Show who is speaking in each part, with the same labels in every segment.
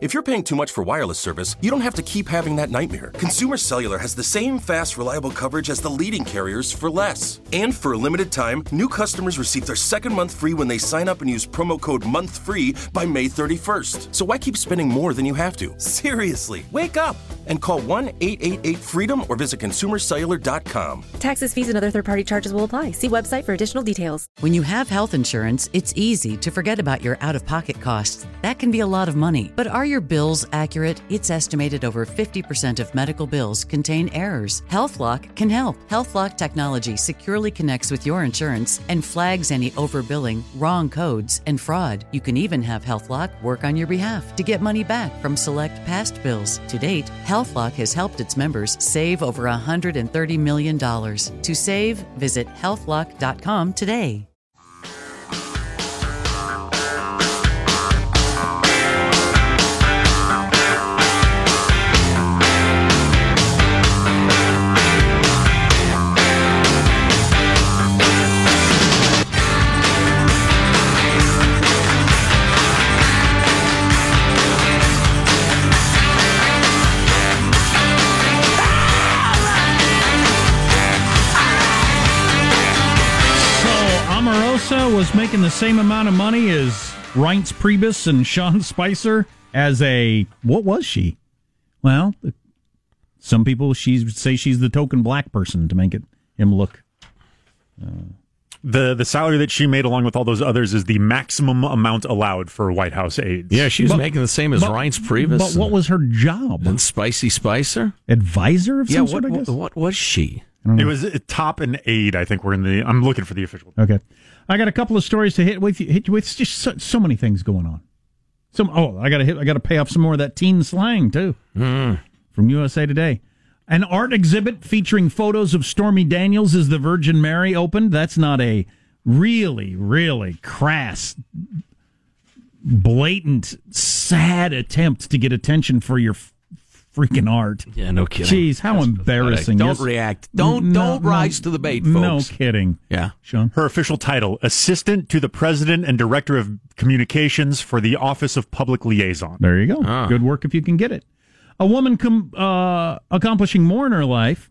Speaker 1: If you're paying too much for wireless service, you don't have to keep having that nightmare. Consumer Cellular has the same fast, reliable coverage as the leading carriers for less. And for a limited time, new customers receive their second month free when they sign up and use promo code MONTHFREE by May 31st. So why keep spending more than you have to? Seriously, wake up and call 1-888-FREEDOM or visit consumercellular.com.
Speaker 2: Taxes, fees, and other third party charges will apply. See website for additional details.
Speaker 3: When you have health insurance, it's easy to forget about your out of pocket costs. That can be a lot of money. But are your bills accurate? It's estimated over 50% of medical bills contain errors. HealthLock can help. HealthLock technology securely connects with your insurance and flags any overbilling, wrong codes, and fraud. You can even have HealthLock work on your behalf to get money back from select past bills. To date, HealthLock has helped its members save over $130 million. To save, visit healthlock.com today.
Speaker 4: So Omarosa was making the same amount of money as Reince Priebus and Sean Spicer as a what was she? Well, the- some people she say she's the token black person to make it him look.
Speaker 5: The the salary that she made along with all those others is the maximum amount allowed for White House aides.
Speaker 6: Yeah, she was
Speaker 4: But-
Speaker 6: making the same as
Speaker 4: but-
Speaker 6: Reince Priebus.
Speaker 4: But what
Speaker 6: and-
Speaker 4: was her job?
Speaker 6: and Spicy Spicer?
Speaker 4: Advisor of
Speaker 6: Yeah,
Speaker 4: some
Speaker 6: what,
Speaker 4: sort, I
Speaker 6: what-
Speaker 4: guess.
Speaker 6: what was she?
Speaker 5: It was uh, top and aide, I think we're in the I'm looking for the official.
Speaker 4: Okay, I got a couple of stories to hit with you. Hit you with It's just so, so many things going on. Some oh, I got to hit. I got to pay off some more of that teen slang too
Speaker 6: Hmm.
Speaker 4: from USA Today. An art exhibit featuring photos of Stormy Daniels as the Virgin Mary opened. That's not a really, really crass, blatant, sad attempt to get attention for your f- freaking art.
Speaker 6: Yeah, no kidding.
Speaker 4: Jeez, how embarrassing!
Speaker 6: Don't
Speaker 4: Yes.
Speaker 6: react. Don't
Speaker 4: No,
Speaker 6: don't
Speaker 4: no,
Speaker 6: rise to the bait, folks.
Speaker 4: No kidding,
Speaker 6: Yeah.
Speaker 4: Sean.
Speaker 5: Her official title, Assistant to the President and Director of Communications for the Office of Public Liaison.
Speaker 4: There you go.
Speaker 6: Ah.
Speaker 4: Good work if you can get it. A woman com- uh, accomplishing more in her life.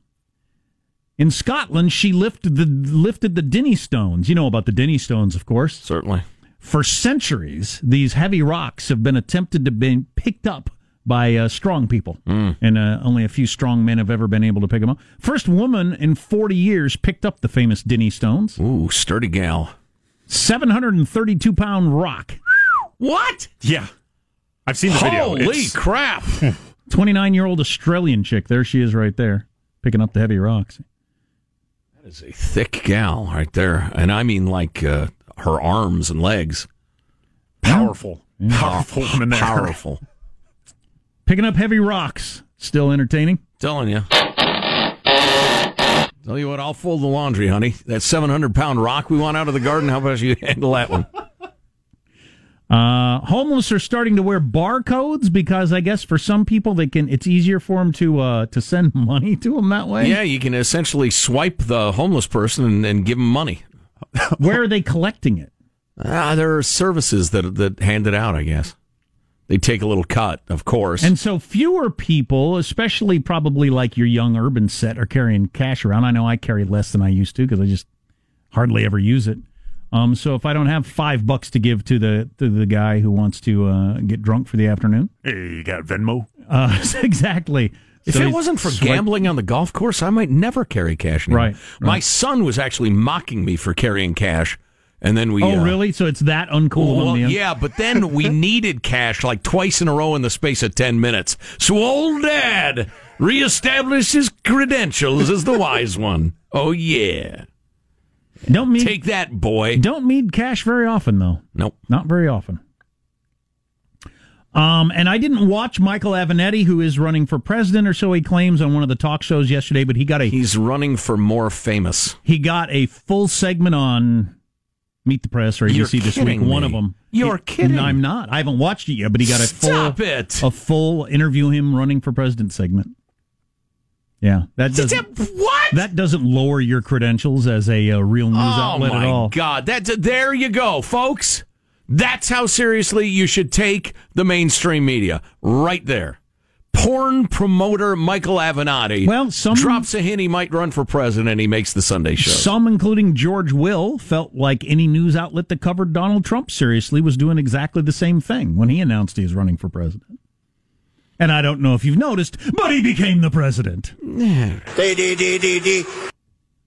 Speaker 4: In Scotland, she lifted the lifted the Denny stones. You know about the Denny stones, of course.
Speaker 6: Certainly.
Speaker 4: For centuries, these heavy rocks have been attempted to be picked up by uh, strong people, and uh, only a few strong men have ever been able to pick them up. First woman in 40 years picked up the famous Denny stones,
Speaker 6: Ooh, sturdy gal.
Speaker 4: 732 pound rock.
Speaker 6: What?
Speaker 5: Yeah. I've seen the video.
Speaker 6: Holy
Speaker 5: It's-
Speaker 6: crap.
Speaker 4: 29 year old Australian chick. There she is right there, picking up the heavy rocks.
Speaker 6: It's a thick gal right there. And I mean like uh, her arms and legs.
Speaker 5: powerful. Powerful woman there.
Speaker 6: Powerful.
Speaker 4: Picking up heavy rocks. Still entertaining.
Speaker 6: Telling you. Tell you what, I'll fold the laundry, honey. That 700 pound rock we want out of the garden, how about you handle that one?
Speaker 4: Uh, homeless are starting to wear barcodes because I guess for some people they can. It's easier for them to uh, to send money to them that way.
Speaker 6: Yeah, you can essentially swipe the homeless person and, and give them money.
Speaker 4: Where are they collecting it?
Speaker 6: Ah, there are services that that hand it out, I guess. They take a little cut, of course.
Speaker 4: And so fewer people, especially probably like your young urban set, are carrying cash around. I know I carry less than I used to because I just hardly ever use it. Um, so if I don't have five bucks to give to the to the guy who wants to uh, get drunk for the afternoon,
Speaker 5: Hey, you got Venmo?
Speaker 4: uh, exactly.
Speaker 6: if
Speaker 4: So
Speaker 6: it
Speaker 4: he's
Speaker 6: wasn't for
Speaker 4: swipe-
Speaker 6: gambling on the golf course, I might never carry cash anymore.
Speaker 4: Right,
Speaker 6: My son was actually mocking me for carrying cash, and then we.
Speaker 4: Oh,
Speaker 6: uh,
Speaker 4: really? So it's that uncool?
Speaker 6: Well,
Speaker 4: on the
Speaker 6: yeah, but then we needed cash like twice in a row in the space of 10 minutes. So old dad reestablished his credentials as the wise one. Oh, yeah.
Speaker 4: Don't meet
Speaker 6: Take that, boy.
Speaker 4: don't meet cash very often though.
Speaker 6: Nope.
Speaker 4: Not very often. Um, and I didn't watch Michael Avenatti, who is running for president, or so he claims on one of the talk shows yesterday. But he got a
Speaker 6: He's running for more famous.
Speaker 4: he got a full segment on Meet the Press or
Speaker 6: You're
Speaker 4: ABC this week.
Speaker 6: kidding me.
Speaker 4: One of them.
Speaker 6: You're
Speaker 4: He-
Speaker 6: kidding.
Speaker 4: I'm not. I haven't watched it yet, but he got a full
Speaker 6: Stop it.
Speaker 4: a full interview him running for president segment. Yeah, that doesn't
Speaker 6: What?
Speaker 4: that doesn't lower your credentials as a, uh real news
Speaker 6: oh,
Speaker 4: outlet
Speaker 6: my
Speaker 4: at all.
Speaker 6: God. That's there you go, folks. That's how seriously you should take the mainstream media. Right there. Porn promoter Michael Avenatti
Speaker 4: Well, some-
Speaker 6: drops a hint he might run for president. He makes the Sunday show.
Speaker 4: Some, including George Will, felt like any news outlet that covered Donald Trump seriously was doing exactly the same thing when he announced he was running for president. And I don't know if you've noticed, but he became the president.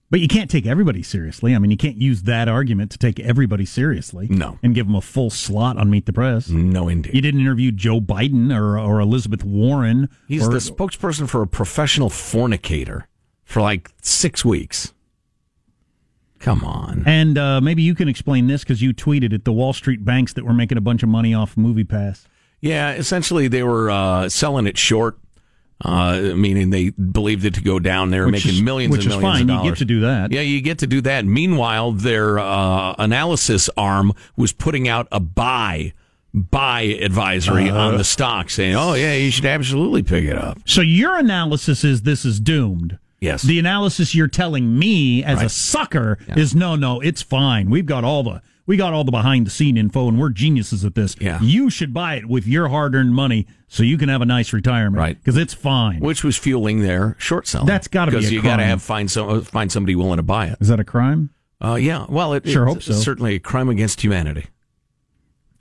Speaker 4: But you can't take everybody seriously. I mean, you can't use that argument to take everybody seriously.
Speaker 6: No. Mm.
Speaker 4: And give them a full slot on Meet the Press.
Speaker 6: No, indeed.
Speaker 4: You didn't interview Joe Biden or, or Elizabeth Warren.
Speaker 6: He's
Speaker 4: or,
Speaker 6: the spokesperson for a professional fornicator for like six weeks. Come on.
Speaker 4: And uh, maybe you can explain this because you tweeted at the Wall Street banks that were making a bunch of money off MoviePass.
Speaker 6: Yeah, essentially they were uh, selling it short, uh, meaning they believed it to go down. They were
Speaker 4: Which
Speaker 6: making
Speaker 4: is-
Speaker 6: millions
Speaker 4: which
Speaker 6: and
Speaker 4: is
Speaker 6: millions
Speaker 4: fine.
Speaker 6: of
Speaker 4: You
Speaker 6: dollars.
Speaker 4: get to do that.
Speaker 6: Yeah, you get to do that. Meanwhile, their uh, analysis arm was putting out a buy buy advisory
Speaker 4: Uh-huh.
Speaker 6: on the stock, saying, "Oh yeah, you should absolutely pick it up."
Speaker 4: So your analysis is this is doomed.
Speaker 6: Yes.
Speaker 4: The analysis you're telling me as a sucker is no, no, it's fine. We've got all the we got all the behind the scene info, and we're geniuses at this.
Speaker 6: Yeah.
Speaker 4: You should buy it with your hard earned money so you can have a nice retirement.
Speaker 6: Right.
Speaker 4: Because it's fine.
Speaker 6: Which was fueling their short selling.
Speaker 4: That's gotta be
Speaker 6: because
Speaker 4: a
Speaker 6: you got to
Speaker 4: crime.
Speaker 6: have find some find somebody willing to buy it.
Speaker 4: is that a crime?
Speaker 6: Uh, yeah, well, it,
Speaker 4: Sure
Speaker 6: it's
Speaker 4: hope so.
Speaker 6: certainly a crime against humanity.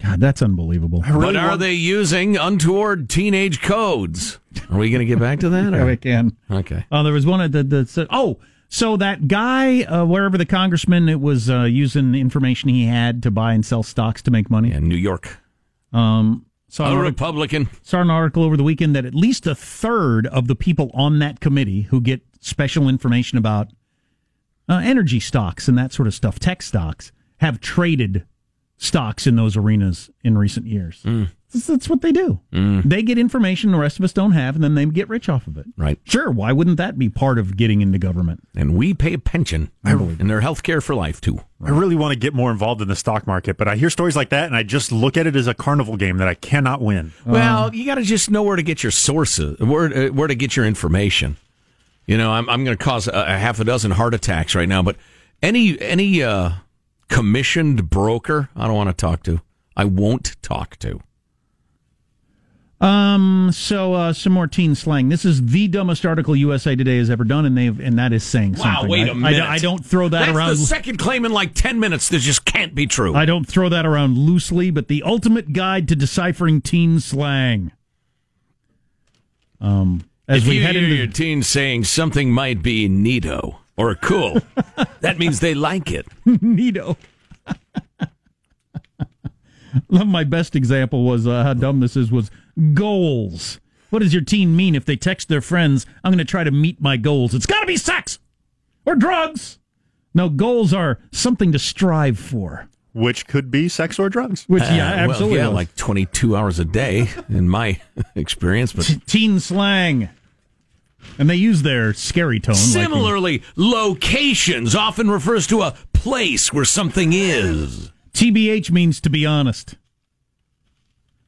Speaker 4: God, that's unbelievable.
Speaker 6: but are they using untoward teenage codes? Are we going to get back to that?
Speaker 4: Yeah,
Speaker 6: or-
Speaker 4: we can.
Speaker 6: Okay.
Speaker 4: Uh, there was one at the, the so- oh, so that guy uh, wherever the congressman it was uh, using the information he had to buy and sell stocks to make money.
Speaker 6: And New York.
Speaker 4: Um, so I
Speaker 6: A
Speaker 4: wrote a
Speaker 6: Republican.
Speaker 4: saw an article over the weekend that at least a third of the people on that committee who get special information about uh, energy stocks and that sort of stuff, tech stocks, have traded stocks in those arenas in recent years. That's, that's what they do. They get information the rest of us don't have, and then they get rich off of it.
Speaker 6: Right.
Speaker 4: Sure, why wouldn't that be part of getting into government?
Speaker 6: And we pay a pension. And their health care for life, too.
Speaker 4: Uh-huh.
Speaker 5: I really want to get more involved in the stock market, but I hear stories like that and I just look at it as a carnival game that I cannot win.
Speaker 6: Well, you got to just know where to get your sources, where, uh, where to get your information. You know, I'm, I'm going to cause a, a half a dozen heart attacks right now, but any, any uh, commissioned broker, I don't want to talk to. I won't talk to.
Speaker 4: Um. So, uh, some more teen slang. This is the dumbest article USA Today has ever done, and they've and that is saying something.
Speaker 6: Wow, wait
Speaker 4: I-
Speaker 6: a
Speaker 4: I-
Speaker 6: minute.
Speaker 4: I, don't throw that
Speaker 6: That's
Speaker 4: around.
Speaker 6: the second claim in like 10 minutes that just can't be true.
Speaker 4: I don't throw that around loosely, but the ultimate guide to deciphering teen slang. Um, as
Speaker 6: if
Speaker 4: we
Speaker 6: you
Speaker 4: head
Speaker 6: hear
Speaker 4: into
Speaker 6: your teen saying something might be neato or cool, that means they like it.
Speaker 4: Neato. Love my best example was uh, how dumb this is was goals. What does your teen mean if they text their friends, I'm going to try to meet my goals? It's got to be sex or drugs. No, goals are something to strive for.
Speaker 5: Which could be sex or drugs.
Speaker 4: Which,
Speaker 6: Uh,
Speaker 4: yeah, absolutely.
Speaker 6: Well,
Speaker 4: is.
Speaker 6: yeah, like 22 hours a day in my experience, but
Speaker 4: teen slang. And they use their scary tone. like-
Speaker 6: Similarly, locations often refers to a place where something is.
Speaker 4: TBH means to be honest.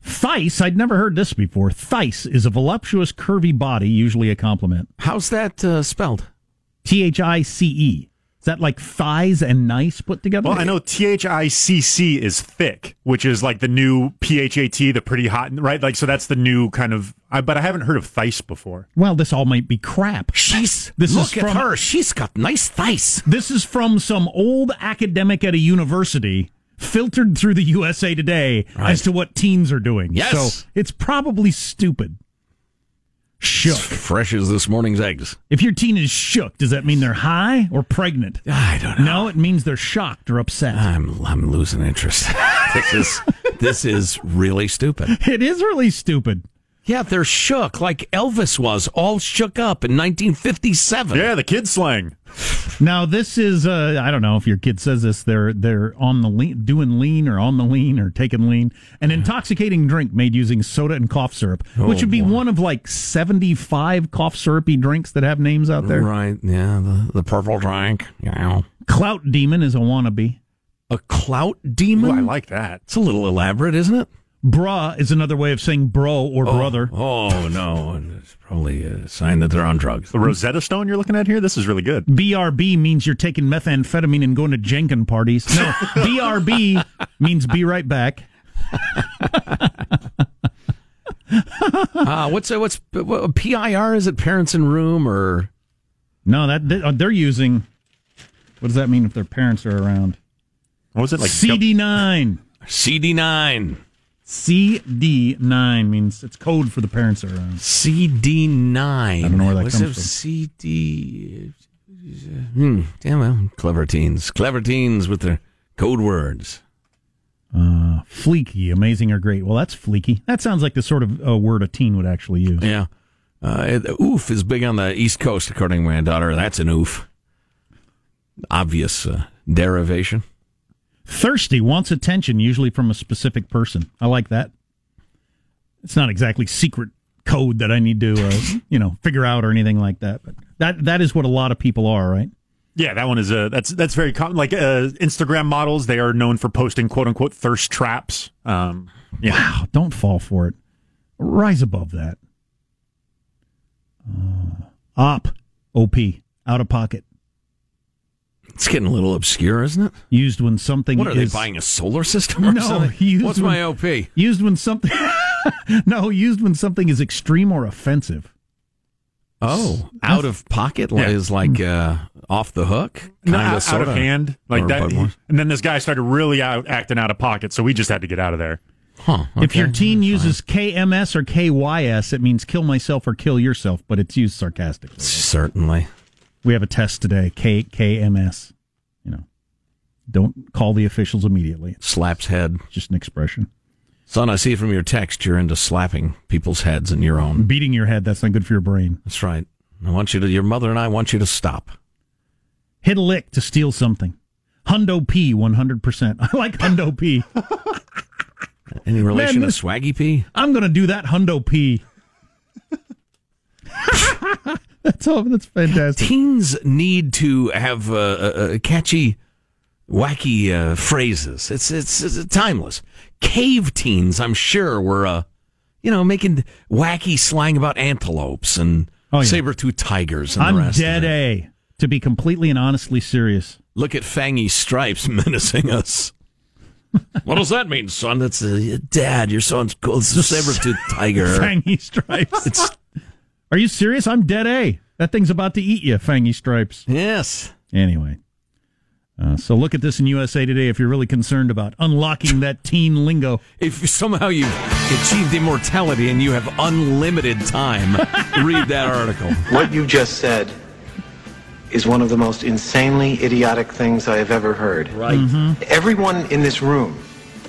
Speaker 4: Thice, I'd never heard this before. Thice is a voluptuous, curvy body, usually a compliment.
Speaker 6: How's that uh, spelled?
Speaker 4: T H I C E. Is that like thighs and nice put together?
Speaker 5: Well, I know T H I C C is thick, which is like the new P H A T, the pretty hot, right? Like, so that's the new kind of. I, but I haven't heard of thice before.
Speaker 4: Well, this all might be crap.
Speaker 6: She's
Speaker 4: This is
Speaker 6: look at
Speaker 4: from-
Speaker 6: her. She's got nice thighs.
Speaker 4: This is from some old academic at a university filtered through the USA Today
Speaker 6: Right.
Speaker 4: as to what teens are doing.
Speaker 6: Yes.
Speaker 4: So it's probably stupid. Shook.
Speaker 6: Fresh as this morning's eggs.
Speaker 4: If your teen is shook, does that mean they're high or pregnant?
Speaker 6: I don't know.
Speaker 4: No, it means they're shocked or upset.
Speaker 6: I'm I'm losing interest. this is this is really stupid.
Speaker 4: It is really stupid.
Speaker 6: Yeah, they're shook like Elvis was, all shook up in 1957.
Speaker 5: Yeah, the kid slang.
Speaker 4: Now this is uh, I don't know if your kid says this they're they're on the lean doing lean or on the lean or taking lean an intoxicating drink made using soda and cough syrup
Speaker 6: Oh,
Speaker 4: which would be one of like 75 cough syrupy drinks that have names out there.
Speaker 6: Right, yeah, the, the purple drink. Yeah.
Speaker 4: Clout demon is a wannabe.
Speaker 6: A clout
Speaker 5: Ooh,
Speaker 6: demon?
Speaker 5: I like that.
Speaker 6: It's a little elaborate, isn't it?
Speaker 4: Bra is another way of saying bro or brother.
Speaker 6: Oh, no. and It's probably a sign that they're on drugs.
Speaker 5: The Rosetta Stone you're looking at here? This is really good.
Speaker 4: BRB means you're taking methamphetamine and going to Jenkin parties. No, BRB means be right back.
Speaker 6: Uh, what's uh, what's what, PIR? Is it parents in room or
Speaker 4: No, that they- uh, they're using What does that mean if their parents are around?
Speaker 5: What was it like?
Speaker 4: CD9.
Speaker 6: CD9?
Speaker 4: CD9 means it's code for the parents are around.
Speaker 6: CD9.
Speaker 4: I don't know where that
Speaker 6: What's
Speaker 4: comes
Speaker 6: a
Speaker 4: from.
Speaker 6: CD. Hmm. Damn well, clever teens. Clever teens with their code words.
Speaker 4: Uh, fleeky, amazing or great. Well, that's fleeky. That sounds like the sort of uh, word a teen would actually use.
Speaker 6: Yeah. Uh, it- oof is big on the East Coast, according to my daughter. That's an oof. Obvious uh, derivation.
Speaker 4: Thirsty wants attention, usually from a specific person. I like that. It's not exactly secret code that I need to, uh, you know, figure out or anything like that. But that that is what a lot of people are, right?
Speaker 5: Yeah, that one is a that's that's very common. Like uh, Instagram models, they are known for posting quote unquote thirst traps. Um, yeah,
Speaker 4: Wow, Oh, don't fall for it. Rise above that. Uh, op, op, out of pocket.
Speaker 6: It's getting a little obscure, isn't it?
Speaker 4: Used when something
Speaker 6: What are they
Speaker 4: is-
Speaker 6: buying a solar system or
Speaker 4: No, he
Speaker 6: something?
Speaker 4: used
Speaker 6: What's
Speaker 4: one-
Speaker 6: my OP?
Speaker 4: Used when something. no, used when something is extreme or offensive.
Speaker 6: Oh, out of pocket li-
Speaker 5: Yeah.
Speaker 6: is like uh, off the hook, kind
Speaker 5: Not
Speaker 6: of
Speaker 5: out
Speaker 6: sort
Speaker 5: of hand like
Speaker 6: Or
Speaker 5: that.
Speaker 6: but more.
Speaker 5: And then this guy started really out acting out of pocket, so we just had to get out of there.
Speaker 6: Huh,
Speaker 4: If your teen uses KMS or KYS, it means kill myself or kill yourself, but it's used sarcastically.
Speaker 6: certainly
Speaker 4: We have a test today. K KMS. You know, don't call the officials immediately. It's
Speaker 6: slaps head,
Speaker 4: just an expression.
Speaker 6: son. I see from your text you're into slapping people's heads and your own.
Speaker 4: Beating your head, that's not good for your brain.
Speaker 6: That's right. I want you to. Your mother and I want you to stop.
Speaker 4: Hit a lick to steal something. Hundo P, 100%. I like Hundo P.
Speaker 6: Any relation
Speaker 4: this-
Speaker 6: to Swaggy P?
Speaker 4: I'm going to do that Hundo P. that's, all, that's fantastic.
Speaker 6: Teens need to have uh, uh, uh, catchy, wacky uh, phrases. It's, it's it's timeless. Cave teens, I'm sure, were uh, you know making wacky slang about antelopes and
Speaker 4: Oh, yeah.
Speaker 6: saber-toothed tigers. And the
Speaker 4: I'm
Speaker 6: rest of
Speaker 4: dead
Speaker 6: it.
Speaker 4: A, to be completely and honestly serious.
Speaker 6: Look at fangy stripes menacing us. what does that mean, son? That's a dad. Your son's cool. It's a saber-toothed tiger.
Speaker 4: Fangy Stripes.
Speaker 6: It's
Speaker 4: Are you serious? I'm dead A. That thing's about to eat you, Fangy Stripes.
Speaker 6: yes.
Speaker 4: Anyway. Uh, so look at this in USA Today if you're really concerned about unlocking that teen lingo.
Speaker 6: If somehow you've achieved immortality and you have unlimited time, read that article.
Speaker 7: What you just said is one of the most insanely idiotic things I have ever heard. Right.
Speaker 6: Mm-hmm.
Speaker 7: Everyone in this room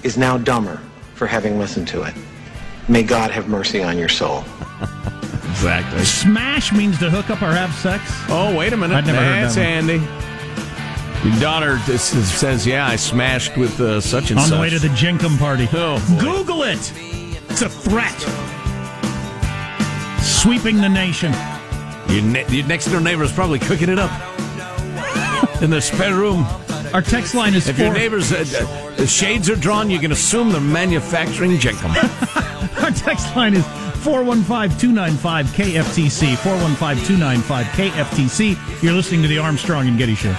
Speaker 7: is now dumber for having listened to it. May God have mercy on your soul.
Speaker 6: Exactly.
Speaker 4: Smash means to hook up or have sex.
Speaker 6: Oh, wait a minute.
Speaker 4: I'd never heard
Speaker 6: That's
Speaker 4: that one.
Speaker 6: Andy. Your daughter just says, "Yeah, I smashed with uh, such and
Speaker 4: on
Speaker 6: such."
Speaker 4: the way to the Jenkum party.
Speaker 6: Oh, boy.
Speaker 4: Google it. It's a threat. Sweeping the nation.
Speaker 6: Your, ne- your next door neighbor is probably cooking it up in the spare room.
Speaker 4: Our text line is
Speaker 6: If
Speaker 4: four.
Speaker 6: your neighbor's uh, uh, the shades are drawn, you can assume they're manufacturing Jenkum.
Speaker 4: Our text line is 415-295-KFTC. 415-295-KFTC. You're listening to the Armstrong and Getty Show.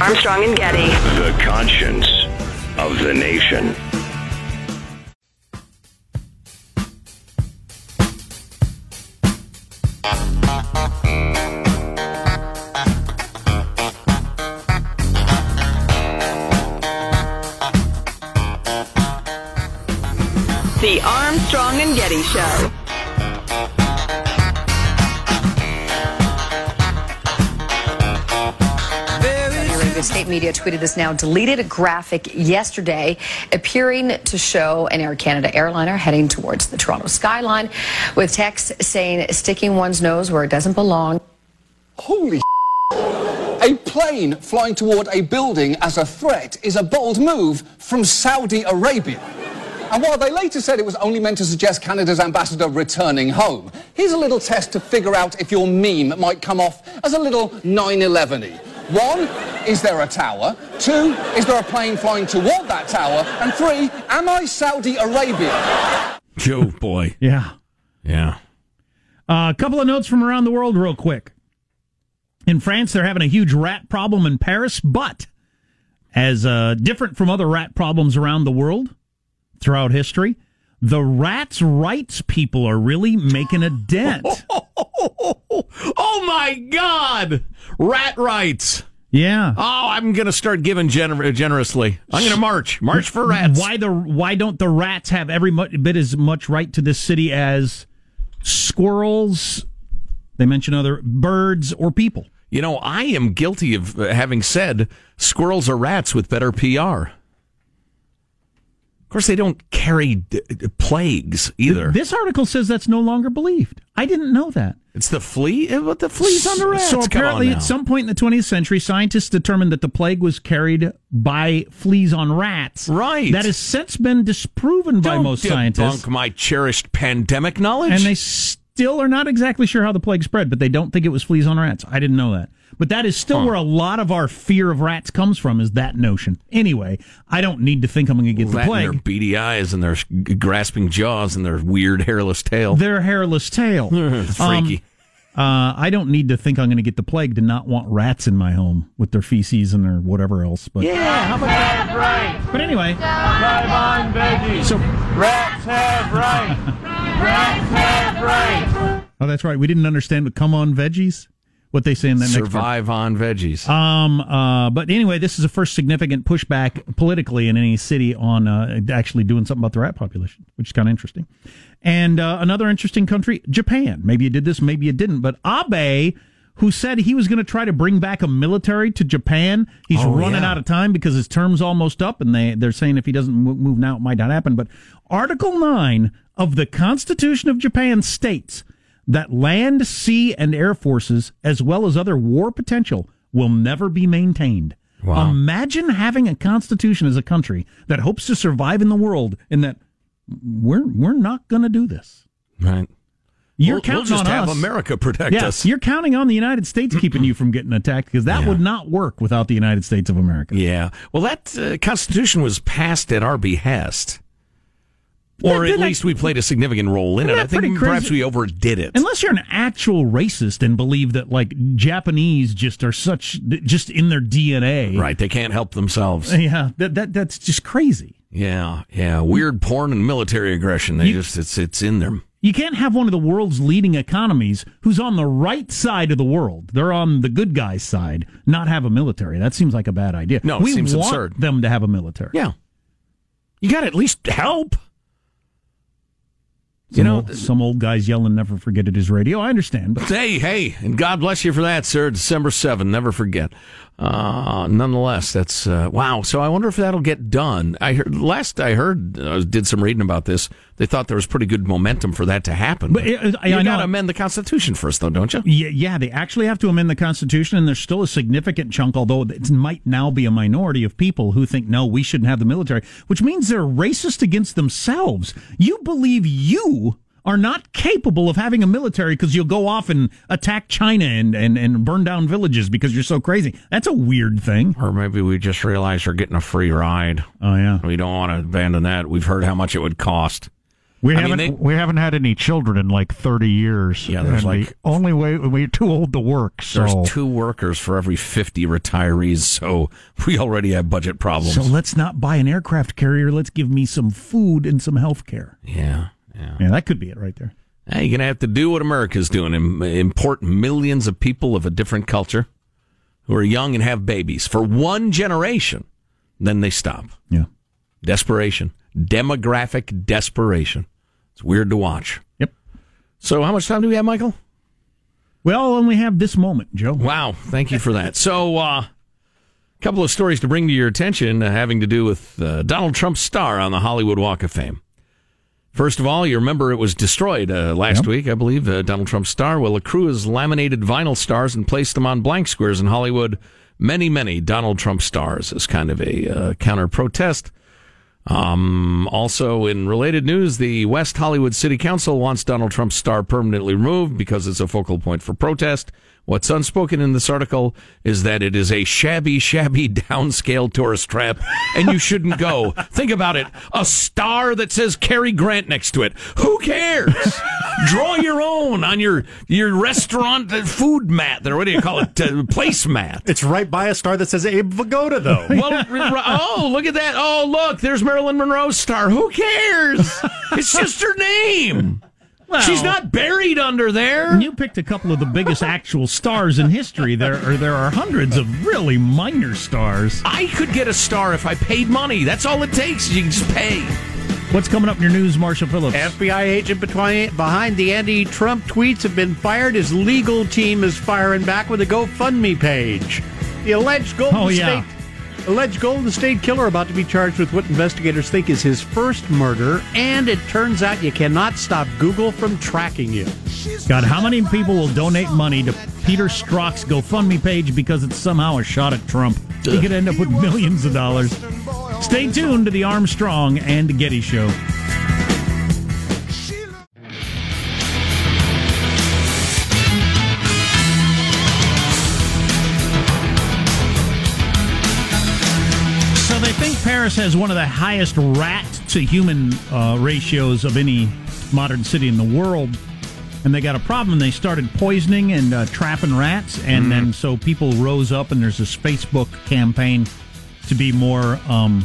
Speaker 8: Armstrong and Getty.
Speaker 9: The conscience of the nation.
Speaker 8: The Armstrong and Getty Show.
Speaker 10: The state media tweeted this now deleted graphic yesterday, appearing to show an Air Canada airliner heading towards the Toronto skyline, with text saying sticking one's nose where it doesn't belong.
Speaker 11: Holy A plane flying toward a building as a threat is a bold move from Saudi Arabia. And while they later said it was only meant to suggest Canada's ambassador returning home, here's a little test to figure out if your meme might come off as a little 9-11-y. One, is there a tower? Two, is there a plane flying toward that tower? And three, am I Saudi Arabia?
Speaker 6: Joe, boy.
Speaker 4: Yeah.
Speaker 6: Yeah.
Speaker 4: Uh, a couple of notes from around the world, real quick. In France, they're having a huge rat problem in Paris, but as uh, different from other rat problems around the world throughout history, the rats' rights people are really making a dent.
Speaker 6: Oh my God! Rat rights.
Speaker 4: Yeah.
Speaker 6: Oh, I'm gonna start giving gener- uh, generously. I'm gonna march, march for rats.
Speaker 4: Why the why don't the rats have every mu- bit as much right to this city as squirrels? They mention other birds or people.
Speaker 6: You know, I am guilty of uh, having said squirrels are rats with better PR. Of course, they don't carry d- d- plagues either.
Speaker 4: This article says that's no longer believed. I didn't know that.
Speaker 6: it's the flea. eh, What the fleas on the rats?
Speaker 4: So apparently,
Speaker 6: Come on now.
Speaker 4: at some point in the 20th century, scientists determined that the plague was carried by fleas on rats.
Speaker 6: Right.
Speaker 4: That has since been disproven by
Speaker 6: Don't
Speaker 4: most
Speaker 6: debunk
Speaker 4: scientists,
Speaker 6: my cherished pandemic knowledge.
Speaker 4: and they still are not exactly sure how the plague spread, but they don't think it was fleas on rats. I didn't know that. But that is still where a lot of our fear of rats comes from, is that notion. Anyway, I don't need to think I'm going to get the
Speaker 6: That and
Speaker 4: plague.
Speaker 6: their beady eyes and their s- grasping jaws and their weird hairless tail.
Speaker 4: Their hairless tail.
Speaker 6: It's freaky.
Speaker 4: Uh, I don't need to think I'm going to get the plague to not want rats in my home with their feces and their whatever else. But
Speaker 6: yeah, how about
Speaker 4: but anyway, So
Speaker 11: Rats have rights.
Speaker 4: oh, that's right. We didn't understand what come on veggies. What they say in that next part.
Speaker 6: survive on veggies?
Speaker 4: Um, uh, but anyway, this is the first significant pushback politically in any city on uh, actually doing something about the rat population, which is kind of interesting. And uh, another interesting country, Japan. Maybe you did this, maybe you didn't. But Abe, who said he was going to try to bring back a military to Japan, he's
Speaker 6: Oh,
Speaker 4: running
Speaker 6: yeah.
Speaker 4: out of time because his term's almost up, and they they're saying if he doesn't mo- move now, it might not happen. But Article Nine of the Constitution of Japan states that land, sea, and air forces, as well as other war potential, will never be maintained.
Speaker 6: Wow.
Speaker 4: Imagine having a constitution as a country that hopes to survive in the world and that we're we're not going to do this.
Speaker 6: right.
Speaker 4: You're
Speaker 6: we'll,
Speaker 4: counting
Speaker 6: we'll just
Speaker 4: on
Speaker 6: have
Speaker 4: us.
Speaker 6: America protect
Speaker 4: Yeah,
Speaker 6: us.
Speaker 4: you're counting on the United States keeping you from getting attacked because that
Speaker 6: Yeah.
Speaker 4: would not work without the United States of America.
Speaker 6: Yeah. Well, that uh, Constitution was passed at our behest. Or
Speaker 4: That-
Speaker 6: at
Speaker 4: that-
Speaker 6: least we played a significant role in it.
Speaker 4: Isn't
Speaker 6: I
Speaker 4: that pretty
Speaker 6: think
Speaker 4: crazy?
Speaker 6: perhaps we overdid it.
Speaker 4: Unless you're an actual racist and believe that like Japanese just are such just in their DNA.
Speaker 6: right. They can't help themselves.
Speaker 4: Yeah. That, that that's just crazy.
Speaker 6: Yeah. Yeah. Weird porn and military aggression. They
Speaker 4: You-
Speaker 6: just it's it's in them.
Speaker 4: You can't have one of the world's leading economies who's on the right side of the world. They're on the good guys' side. Not have a military. That seems like a bad idea.
Speaker 6: No, it
Speaker 4: we
Speaker 6: seems
Speaker 4: want
Speaker 6: absurd.
Speaker 4: them to have a military.
Speaker 6: Yeah. You got to at least help.
Speaker 4: Some old, some old guys yelling "Never forget it is radio." I understand, but
Speaker 6: Hey, hey, and God bless you for that, sir. December 7th, never forget. Uh, nonetheless, that's, uh, wow. So I wonder if that'll get done. I heard, last I heard, uh, did some reading about this. They thought there was pretty good momentum for that to happen.
Speaker 4: But it- I-
Speaker 6: you
Speaker 4: I know-
Speaker 6: gotta amend the Constitution first, though, don't you?
Speaker 4: Yeah, yeah, they actually have to amend the Constitution, and there's still a significant chunk, although it might now be a minority of people who think, no, we shouldn't have the military, which means they're racist against themselves. You believe you are not capable of having a military because you'll go off and attack China and, and, and burn down villages because you're so crazy. That's a weird thing.
Speaker 6: Or maybe we just realize we're getting a free ride.
Speaker 4: Oh yeah,
Speaker 6: we don't want to abandon that. We've heard how much it would cost.
Speaker 12: We
Speaker 6: I mean,
Speaker 12: haven't
Speaker 6: they-
Speaker 12: we haven't had any children in like thirty years.
Speaker 6: Yeah, there's
Speaker 12: and the
Speaker 6: like-
Speaker 12: only way we're too old to work. So
Speaker 6: There's two workers for every 50 retirees, so we already have budget problems.
Speaker 4: So let's not buy an aircraft carrier. Let's give me some food and some health care.
Speaker 6: yeah, yeah.
Speaker 4: Yeah, that could be it right there.
Speaker 6: Hey, you're going to have to do what America's doing im- import millions of people of a different culture who are young and have babies for one generation. Then they stop.
Speaker 4: Yeah.
Speaker 6: Desperation. Demographic desperation. It's weird to watch.
Speaker 4: Yep.
Speaker 6: So, how much time do we have, Michael?
Speaker 4: We all only have this moment, Joe.
Speaker 6: Wow. Thank you for that. So, a uh, couple of stories to bring to your attention uh, having to do with uh, Donald Trump's star on the Hollywood Walk of Fame. First of all, you remember it was destroyed uh, last week, I believe, uh, Donald Trump's star. Well, a crew has laminated vinyl stars and placed them on blank squares in Hollywood. Many, many Donald Trump stars as kind of a uh, counter protest. Um, also, in related news, the West Hollywood City Council wants Donald Trump's star permanently removed because it's a focal point for protest. What's unspoken in this article is that it is a shabby, shabby downscale tourist trap, and you shouldn't go. Think about it. A star that says Cary Grant next to it. Who cares? Draw your own on your, your restaurant uh, food mat, or what do you call it? Uh, placemat.
Speaker 5: It's right by a star that says Abe Vigoda, though.
Speaker 6: Well, r- r- oh, look at that. Oh, look, there's Marilyn Monroe's star. Who cares? It's just her name. She's not buried under there.
Speaker 4: You picked a couple of the biggest actual stars in history. There are there are hundreds of really minor stars.
Speaker 6: I could get a star if I paid money. That's all it takes. You can just pay.
Speaker 4: What's coming up in your news, Marshall Phillips?
Speaker 13: FBI agent between, behind the anti Trump tweets have been fired. His legal team is firing back with a GoFundMe page. The alleged Golden
Speaker 4: Oh, yeah.
Speaker 13: State. Alleged Golden State killer about to be charged with what investigators think is his first murder, and it turns out you cannot stop Google from tracking you.
Speaker 4: God, how many people will donate money to Peter Strzok's GoFundMe page because it's somehow a shot at Trump? He could end up with millions of dollars. Stay tuned to the Armstrong and Getty Show. So they think Paris has one of the highest rat to human uh, ratios of any modern city in the world, and they got a problem. They started poisoning and uh, trapping rats, and then so people rose up, and there's this Facebook campaign to be more um,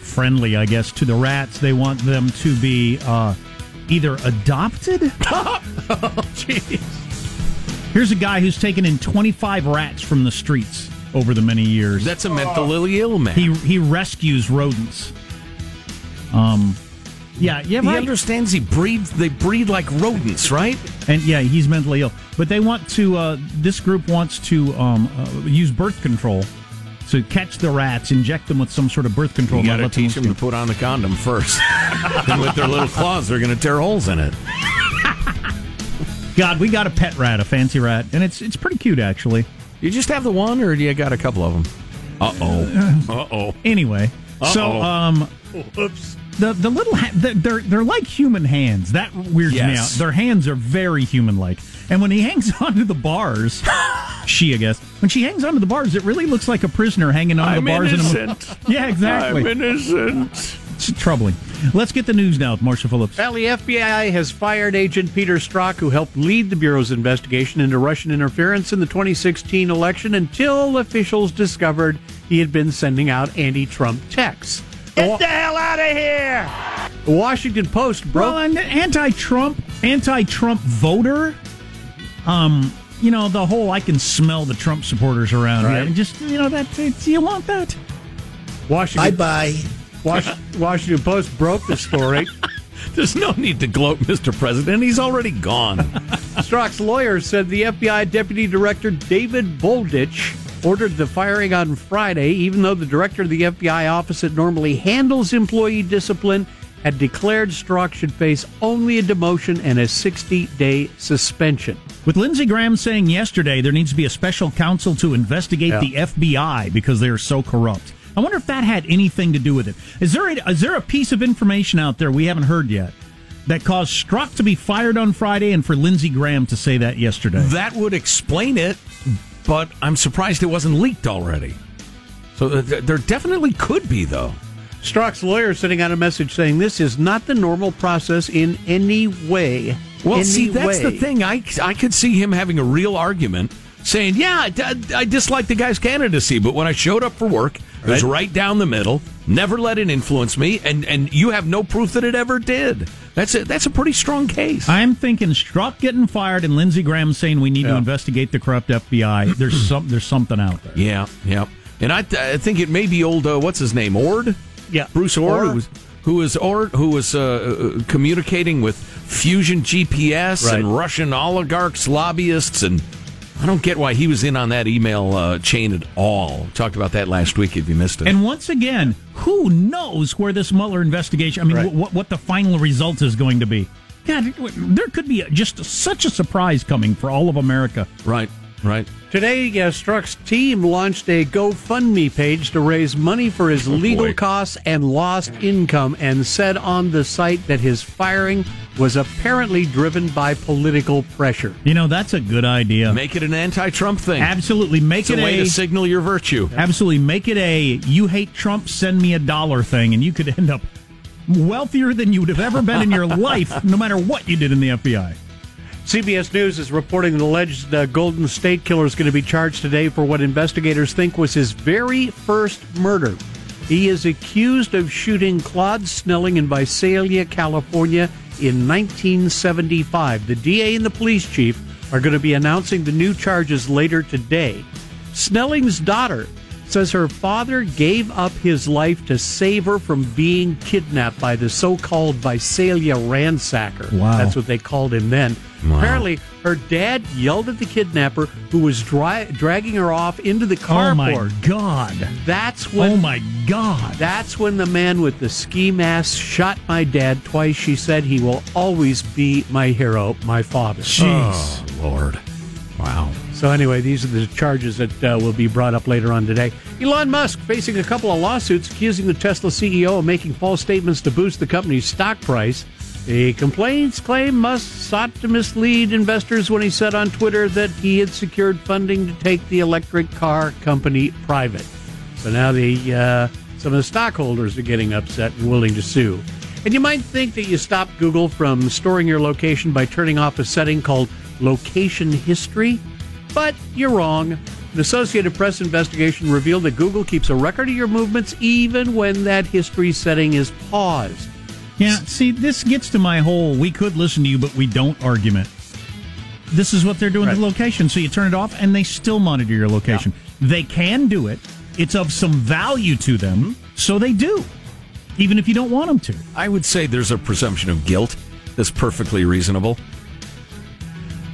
Speaker 4: friendly, I guess, to the rats. They want them to be uh, either adopted. oh, jeez. Here's a guy who's taken in 25 rats from the streets over the many years.
Speaker 6: That's a mentally ill man.
Speaker 4: He he rescues rodents. Um, yeah, yeah,
Speaker 6: He
Speaker 4: right.
Speaker 6: understands he breeds. They breed like rodents, right?
Speaker 4: and yeah, he's mentally ill. But they want to. Uh, this group wants to um, uh, use birth control to catch the rats, inject them with some sort of birth control.
Speaker 6: You got to
Speaker 4: and let them
Speaker 6: teach them to put on the condom first. and with their little claws, they're going to tear holes in it.
Speaker 4: God, we got a pet rat, a fancy rat, and it's it's pretty cute actually.
Speaker 6: You just have the one, or do you got a couple of them? Uh oh. Uh oh.
Speaker 4: Anyway, so
Speaker 6: Uh-oh.
Speaker 4: um, oops. The, the little ha- they're- they're they're like human hands. That weirds me out.
Speaker 6: Yes.
Speaker 4: Their hands are very human like. And when he hangs onto the bars, she I guess when she hangs onto the bars, it really looks like a prisoner hanging onto
Speaker 6: I'm
Speaker 4: the bars.
Speaker 6: innocent.
Speaker 4: In a, yeah, exactly.
Speaker 6: I'm innocent.
Speaker 4: It's troubling. Let's get the news now with Marcia Phillips.
Speaker 13: Well, the FBI has fired agent Peter Strzok, who helped lead the Bureau's investigation into Russian interference in the 2016 election until officials discovered he had been sending out anti Trump texts. Get the hell out of here! The Washington Post broke.
Speaker 4: Well, an anti-Trump, anti-Trump voter. Um, you know the whole I can smell the Trump supporters around.
Speaker 13: Right.
Speaker 4: Yeah, just you know that. Do you want that?
Speaker 13: Washington, bye bye. Washington Post broke the story.
Speaker 6: There's no need to gloat, Mr. President. He's already gone.
Speaker 13: Strzok's lawyer said the FBI Deputy Director David Boldich ordered the firing on Friday, even though the director of the FBI office that normally handles employee discipline had declared Strzok should face only a demotion and a 60 day suspension.
Speaker 4: With Lindsey Graham saying yesterday there needs to be a special counsel to investigate
Speaker 13: Yeah.
Speaker 4: the FBI because they are so corrupt. I wonder if that had anything to do with it. Is there a, is there a piece of information out there we haven't heard yet
Speaker 5: that caused Strzok to be fired on Friday and for Lindsey Graham to say that yesterday.
Speaker 6: That would explain it, but I'm surprised it wasn't leaked already. So uh, th- th- there definitely could be, though.
Speaker 4: Strzok's lawyer sending out a message saying this is not the normal process in any way.
Speaker 6: Well,
Speaker 4: Any
Speaker 6: see, that's the
Speaker 4: way.
Speaker 6: thing. I, I could see him having a real argument saying, yeah, I, d- I dislike the guy's candidacy, but when I showed up for work, it was right down the middle, never let it influence me, and, and you have no proof that it ever did. That's a, that's a pretty strong case.
Speaker 5: I'm thinking Strzok getting fired and Lindsey Graham saying we need to
Speaker 6: Yeah.
Speaker 5: investigate the corrupt FBI. There's some there's something out there.
Speaker 6: Yeah, yeah. And I, th- I think it may be old, uh, what's his name, Ord?
Speaker 5: Yeah.
Speaker 6: Bruce Ord,
Speaker 5: Orr.
Speaker 6: who was, who was, Ord, who was uh, uh, communicating with Fusion GPS and Russian oligarchs, lobbyists, and I don't get why he was in on that email uh, chain at all. Talked about that last week if you missed it.
Speaker 5: And once again, who knows where this Mueller investigation? I mean,
Speaker 6: Right.
Speaker 5: what what the final result is going to be? God, there could be just such a surprise coming for all of America.
Speaker 6: Right, right.
Speaker 4: Today, uh, Strzok's team launched a GoFundMe page to raise money for
Speaker 5: Oh,
Speaker 4: his legal costs and lost income, and said on the site that his firing was apparently driven by political pressure.
Speaker 5: You know, that's a good idea.
Speaker 6: Make it an anti-Trump thing.
Speaker 5: Absolutely, make
Speaker 6: It's
Speaker 5: it
Speaker 6: a way
Speaker 5: a
Speaker 6: to signal your virtue.
Speaker 5: Absolutely, make it a you hate Trump, send me a dollar thing, and you could end up wealthier than you would have ever been in your life, no matter what you did in the FBI.
Speaker 4: CBS News is reporting an alleged uh, Golden State Killer is going to be charged today for what investigators think was his very first murder. He is accused of shooting Claude Snelling in Visalia, California in 1975. The DA and the police chief are going to be announcing the new charges later today. Snelling's daughter says her father gave up his life to save her from being kidnapped by the so called Visalia ransacker.
Speaker 5: Wow.
Speaker 4: That's what they called him then.
Speaker 5: Wow.
Speaker 4: Apparently, her dad yelled at the kidnapper who was dri- dragging her off into the
Speaker 5: Oh
Speaker 4: carport.
Speaker 5: my God!
Speaker 4: That's when.
Speaker 5: Oh, my God!
Speaker 4: That's when the man with the ski mask shot my dad twice. She said he will always be my hero, my father.
Speaker 5: Oh.
Speaker 6: Jeez. Lord. Wow.
Speaker 4: So anyway, these are the charges that uh, will be brought up later on today. Elon Musk facing a couple of lawsuits accusing the Tesla CEO of making false statements to boost the company's stock price. The complaints claim Musk sought to mislead investors when he said on Twitter that he had secured funding to take the electric car company private. So now the uh, some of the stockholders are getting upset and willing to sue. And you might think that you stopped Google from storing your location by turning off a setting called location history. But you're wrong. An Associated Press investigation revealed that Google keeps a record of your movements even when that history setting is paused.
Speaker 5: Yeah, see, this gets to my whole we could listen to you, but we don't argument. This is what they're doing to the location. So you turn it off and they still monitor your location. They can do it, it's of some value to them, so they do, even if you don't want them to.
Speaker 6: I would say there's a presumption of guilt that's perfectly reasonable.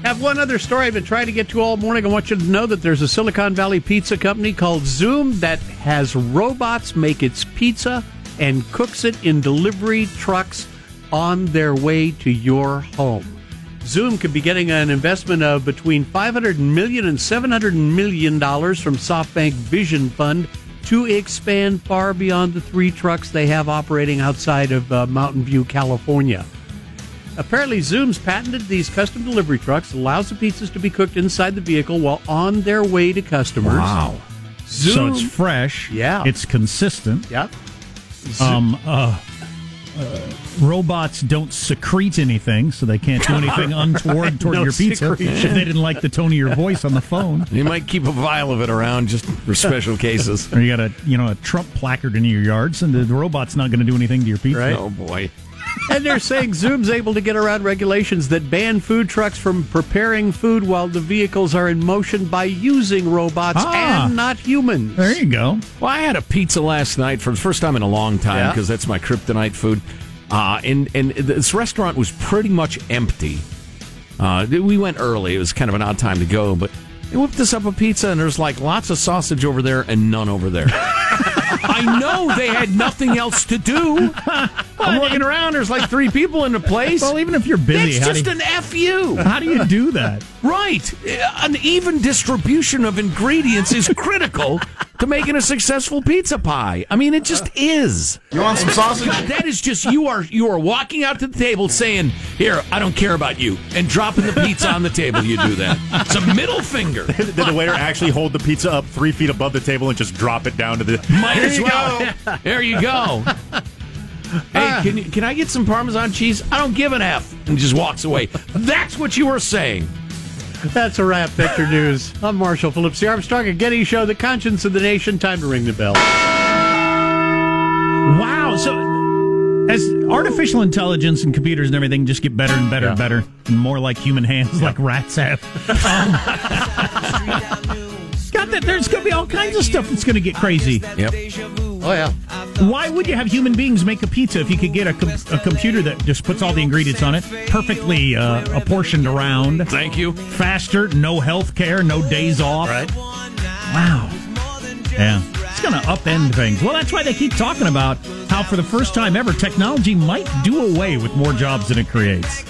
Speaker 4: Have one other story I've been trying to get to all morning. I want you to know that there's a Silicon Valley pizza company called Zoom that has robots make its pizza and cooks it in delivery trucks on their way to your home. Zoom could be getting an investment of between 500 million and 700 million dollars from SoftBank Vision Fund to expand far beyond the three trucks they have operating outside of uh, Mountain View, California. Apparently, Zoom's patented these custom delivery trucks, allows the pizzas to be cooked inside the vehicle while on their way to customers.
Speaker 5: Wow. So
Speaker 4: Zoom-
Speaker 5: it's fresh.
Speaker 4: Yeah.
Speaker 5: It's consistent.
Speaker 4: Yep.
Speaker 5: Um, uh, uh, robots don't secrete anything, so they can't do anything untoward toward
Speaker 6: No
Speaker 5: your pizza
Speaker 6: secretion.
Speaker 5: if they didn't like the tone of your voice on the phone.
Speaker 6: You might keep a vial of it around just for special cases.
Speaker 5: Or you got a you know a Trump placard in your yards, and the robot's not going to do anything to your pizza.
Speaker 6: Oh, boy.
Speaker 4: and they're saying Zoom's able to get around regulations that ban food trucks from preparing food while the vehicles are in motion by using robots
Speaker 6: Ah.
Speaker 4: and not humans.
Speaker 5: There you go.
Speaker 6: Well, I had a pizza last night for the first time in a long time
Speaker 4: Yeah.
Speaker 6: because that's my kryptonite food. Uh, and and this restaurant was pretty much empty. Uh, we went early; it was kind of an odd time to go, but they whipped us up a pizza, and there's like lots of sausage over there and none over there. I know they had nothing else to do. I'm looking around; there's like three people in the place.
Speaker 5: Well, even if you're busy,
Speaker 6: it's
Speaker 5: how do
Speaker 6: just
Speaker 5: you-
Speaker 6: an fu.
Speaker 5: How do you do that?
Speaker 6: Uh, Right. An even distribution of ingredients is critical to making a successful pizza pie. I mean, it just is.
Speaker 14: You want some sausage?
Speaker 6: God, that is just you are you are walking out to the table saying, "Here, I don't care about you," and dropping the pizza on the table. You do that. It's a middle finger.
Speaker 5: Did the waiter actually hold the pizza up three feet above the table and just drop it down to the?
Speaker 6: Might as well. There you go.
Speaker 5: Ah.
Speaker 6: Hey, can, you- can I get some Parmesan cheese? I don't give an F. And just walks away. That's what you were saying.
Speaker 13: That's a wrap, Victor News. I'm Marshall Phillips, the Armstrong and Getty Show, the conscience of the nation. Time to ring the bell.
Speaker 4: Wow. So, as artificial intelligence and computers and everything just get better and better and better, and more like human hands, like rats have. Um, God, that there's going to be all kinds of stuff that's going to get crazy.
Speaker 6: Oh yeah.
Speaker 4: Why would you have human beings make a pizza if you could get a, com- a computer that just puts all the ingredients on it, perfectly uh, apportioned around?
Speaker 6: Thank you.
Speaker 4: Faster, no health care, no days off. Right. Wow. Yeah. It's going to upend things. Well, that's why they keep talking about how, for the first time ever, technology might do away with more jobs than it creates.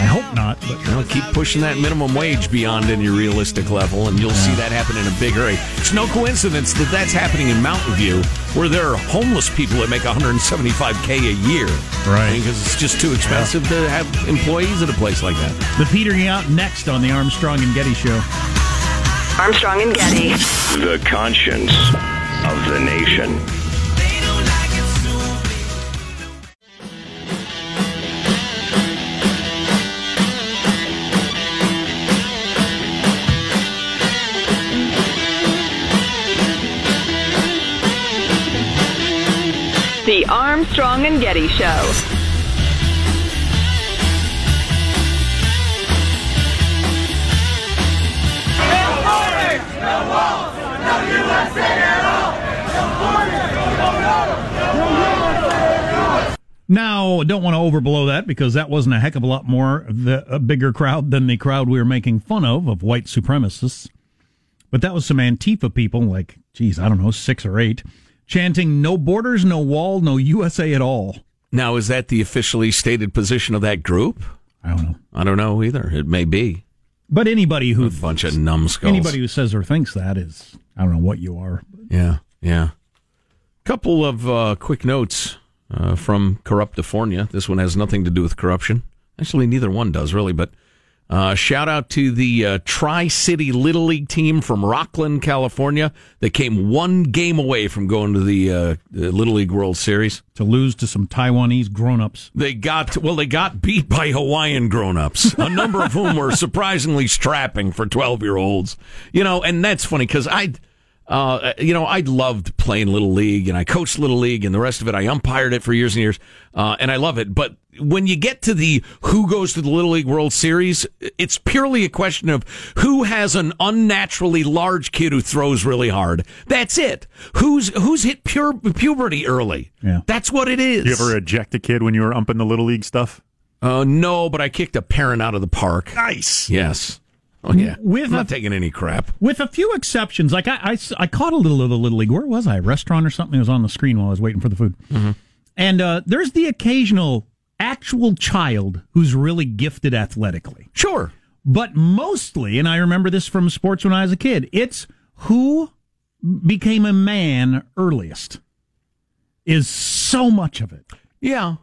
Speaker 4: I hope not. But
Speaker 6: Well, keep pushing that minimum wage beyond any realistic level, and you'll see that happen in a big hurry. It's no coincidence that that's happening in Mountain View, where there are homeless people that make 175k a year, right? Because it's just too expensive to have employees at a place like that.
Speaker 4: the petering out next on the Armstrong and Getty Show.
Speaker 8: Armstrong and Getty.
Speaker 9: The conscience of the nation.
Speaker 8: The Armstrong and Getty Show.
Speaker 4: Now, don't want to overblow that because that wasn't a heck of a lot more the a bigger crowd than the crowd we were making fun of of white supremacists. But that was some Antifa people, like geez, I don't know, six or eight, chanting "No borders, no wall, no USA at all."
Speaker 6: Now, is that the officially stated position of that group?
Speaker 4: I don't know.
Speaker 6: I don't know either. It may be.
Speaker 4: But anybody who
Speaker 6: a bunch of numbskulls.
Speaker 4: Anybody who says or thinks that is, I don't know what you are.
Speaker 6: Yeah, yeah. Couple of uh, quick notes uh, from Corruptifornia. This one has nothing to do with corruption. Actually, neither one does really. But uh, shout out to the uh, Tri City Little League team from Rockland, California. They came one game away from going to the uh, the Little League World Series.
Speaker 4: To lose to some Taiwanese grown-ups.
Speaker 6: They got well. They got beat by Hawaiian grown-ups, a number of whom were surprisingly strapping for twelve-year-olds. You know, and that's funny because I, uh, you know, I loved playing little league and I coached little league and the rest of it. I umpired it for years and years, uh, and I love it. But when you get to the who goes to the little league World Series, it's purely a question of who has an unnaturally large kid who throws really hard. That's it. Who's who's hit pure puberty early? Yeah, that's what it is.
Speaker 5: You ever eject a kid when you were umping the little league stuff?
Speaker 6: Uh, no, but I kicked a parent out of the park.
Speaker 5: Nice.
Speaker 6: Yes. Oh yeah.
Speaker 4: With
Speaker 6: I'm not taking any crap.
Speaker 4: With a few exceptions, like I, I s- I caught a little of the Little League. Where was I? A restaurant or something? It was on the screen while I was waiting for the food. And uh, there's the occasional actual child who's really gifted athletically.
Speaker 6: Sure.
Speaker 4: But mostly, and I remember this from sports when I was a kid, it's who became a man earliest is so much of it.
Speaker 6: Yeah.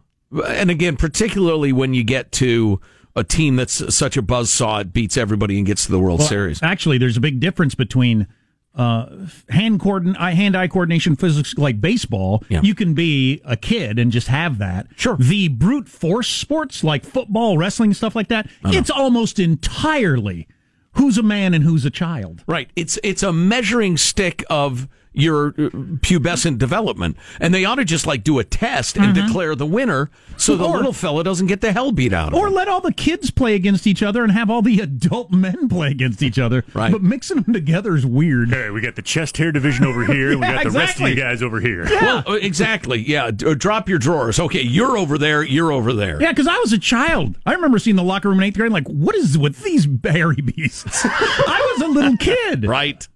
Speaker 6: And again, particularly when you get to a team that's such a buzzsaw, it beats everybody and gets to the World
Speaker 4: Well,
Speaker 6: Series.
Speaker 4: Actually, there's a big difference between uh, hand coordin- eye- hand-eye coordination physics like baseball.
Speaker 6: Yeah.
Speaker 4: You can be a kid and just have that. Sure. The brute force sports like football, wrestling, stuff like that, it's almost entirely who's a man and who's a child.
Speaker 6: Right. It's it's a measuring stick of your uh, pubescent development, and they ought to just like do a test and declare the winner, so the
Speaker 4: Mm-hmm. Or-
Speaker 6: little fella doesn't get the hell beat out of him.
Speaker 4: Or let all the kids play against each other and have all the adult men play against each other. Right. But mixing them together is weird.
Speaker 5: Hey, we got the chest hair division over here. we
Speaker 4: Yeah,
Speaker 5: got the rest of
Speaker 4: exactly.
Speaker 5: you guys over here.
Speaker 6: Well, uh, exactly. Yeah. D- uh, drop your drawers. Okay, you're over there. You're over there.
Speaker 4: Yeah, because I was a child. I remember seeing the locker room in eighth grade, like, what is with these berry beasts? I was a little kid.
Speaker 6: Right.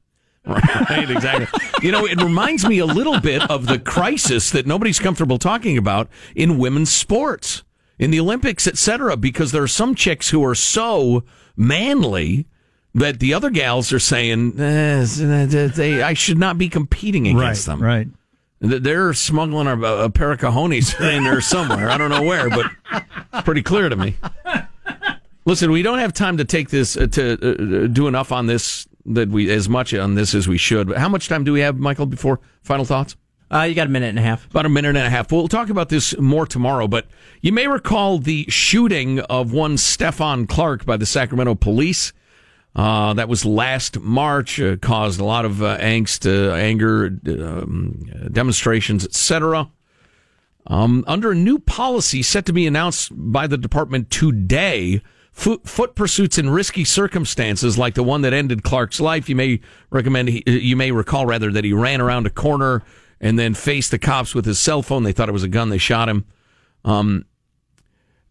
Speaker 6: Right, exactly. you know, it reminds me a little bit of the crisis that nobody's comfortable talking about in women's sports, in the Olympics, et cetera, because there are some chicks who are so manly that the other gals are saying eh, they, I should not be competing against
Speaker 4: Right,
Speaker 6: them. Right. They're smuggling our, a pair of cojones in there somewhere. I don't know where, but it's pretty clear to me. Listen, we don't have time to take this uh, to uh, do enough on this that we as much on this as we should. But how much time do we have, Michael? Before final thoughts? Uh, you got a minute and a half. About a minute and a half. We'll talk about this more tomorrow. But you may recall the shooting of one Stefan Clark by the Sacramento police. Uh, that was last March. Uh, caused a lot of uh, angst, uh, anger, um, demonstrations, etc. Um, under a new policy set to be announced by the department today, foot, foot pursuits in risky circumstances like the one that ended Clark's life. You may recommend, he, uh, you may recall rather that he ran around a corner and then faced the cops with his cell phone. They thought it was a gun. They shot him. Um,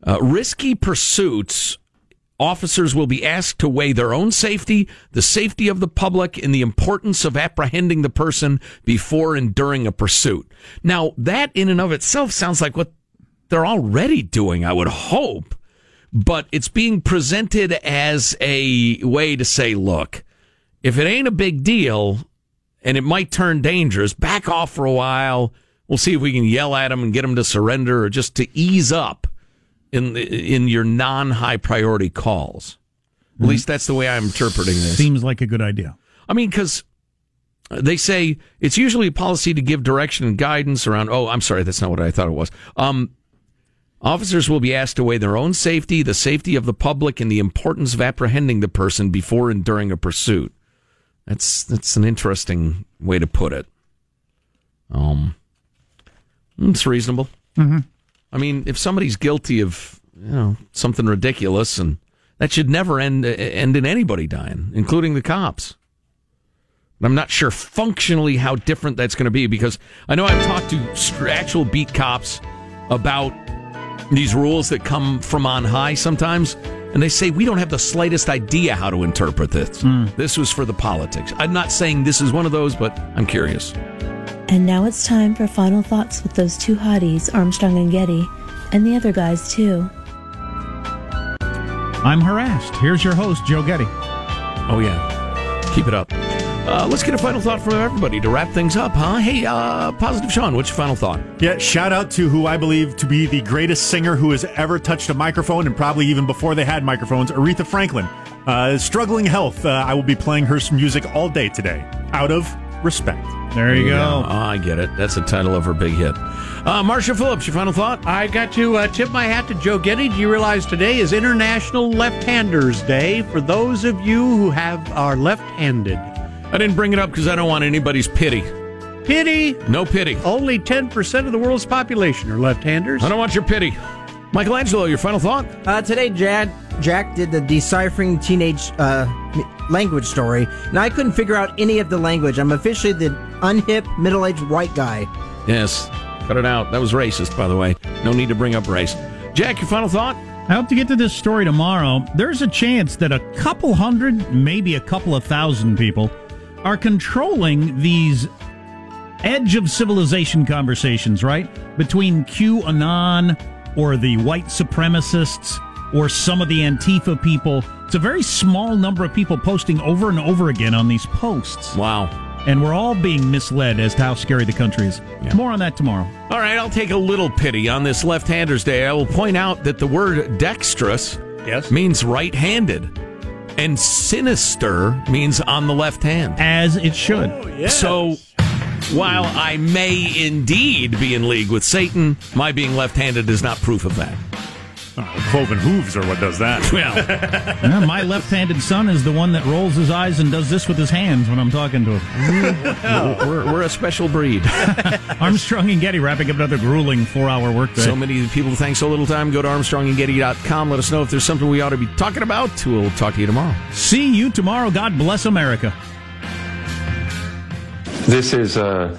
Speaker 6: uh, risky pursuits. Officers will be asked to weigh their own safety, the safety of the public, and the importance of apprehending the person before and during a pursuit. Now, that in and of itself sounds like what they're already doing, I would hope, but it's being presented as a way to say, look, if it ain't a big deal and it might turn dangerous, back off for a while. We'll see if we can yell at them and get them to surrender or just to ease up in in your non high priority calls. At least that's the way I'm interpreting this.
Speaker 4: Seems like a good idea.
Speaker 6: I mean, because they say it's usually a policy to give direction and guidance around. Oh, I'm sorry, that's not what I thought it was. Um, officers will be asked to weigh their own safety, the safety of the public, and the importance of apprehending the person before and during a pursuit. That's that's an interesting way to put it. Um, it's reasonable.
Speaker 12: Mhm.
Speaker 6: I mean, if somebody's guilty of you know something ridiculous, and that should never end end in anybody dying, including the cops. And I'm not sure functionally how different that's going to be because I know I've talked to str- actual beat cops about these rules that come from on high sometimes, and they say we don't have the slightest idea how to interpret this. This was for the politics. I'm not saying this is one of those, but I'm curious.
Speaker 14: And now it's time for final thoughts with those two hotties, Armstrong and Getty, and the other guys too.
Speaker 4: I'm harassed. Here's your host, Joe Getty.
Speaker 6: Oh yeah, keep it up. Uh, let's get a final thought from everybody to wrap things up, huh? Hey, uh, positive Sean, what's your final thought?
Speaker 5: Yeah, shout out to who I believe to be the greatest singer who has ever touched a microphone, and probably even before they had microphones, Aretha Franklin. Uh, struggling health. Uh, I will be playing her music all day today, out of respect.
Speaker 4: There you
Speaker 6: go. Oh, I get it. That's the title of her big hit. Uh, Marsha Phillips, your final thought?
Speaker 13: I got to uh, tip my hat to Joe Getty. Do you realize today is International Left-Handers Day for those of you who have are left-handed?
Speaker 6: I didn't bring it up because I don't want anybody's pity.
Speaker 13: Pity?
Speaker 6: No pity.
Speaker 13: Only 10% of the world's population are left-handers.
Speaker 6: I don't want your pity. Michelangelo, your final thought?
Speaker 15: Uh, today, Jack Jack did the deciphering teenage uh, m- language story, and I couldn't figure out any of the language. I'm officially the unhip middle-aged white guy.
Speaker 6: Yes. Cut it out. That was racist, by the way. No need to bring up race. Jack, your final thought?
Speaker 4: I hope to get to this story tomorrow. There's a chance that a couple hundred, maybe a couple of thousand people are controlling these edge of civilization conversations, right? Between QAnon or the white supremacists or some of the Antifa people. It's a very small number of people posting over and over again on these posts.
Speaker 6: Wow.
Speaker 4: And we're all being misled as to how scary the country is. More on that tomorrow.
Speaker 6: All right, I'll take a little pity on this left handers day. I will point out that the word dexterous yes. means right handed, and sinister means on the left hand.
Speaker 4: As it should.
Speaker 6: So while I may indeed be in league with Satan, my being left handed is not proof of that.
Speaker 5: cloven Oh, hooves are what does that.
Speaker 6: Well,
Speaker 4: Yeah, my left-handed son is the one that rolls his eyes and does this with his hands when I'm talking to him.
Speaker 16: Oh.
Speaker 6: we're, we're a special breed.
Speaker 4: Armstrong and Getty wrapping up another grueling four-hour workday.
Speaker 6: So many people thank so little time. Go to armstrongandgetty.com. Let us know if there's something we ought to be talking about. We'll talk to you tomorrow.
Speaker 4: See you tomorrow. God bless America.
Speaker 17: This is a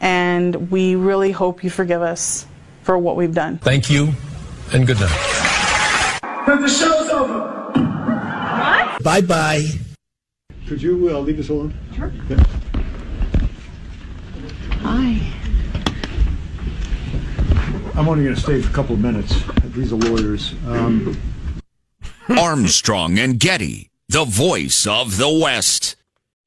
Speaker 18: and we really hope you forgive us for what we've done.
Speaker 19: Thank you, and good night.
Speaker 5: The show's over. What?
Speaker 19: Bye bye.
Speaker 5: Could you uh, leave this alone? Sure.
Speaker 18: Hi.
Speaker 5: I'm only going to stay for a couple of minutes. These are lawyers. Um,
Speaker 6: Armstrong and Getty, the voice of the West.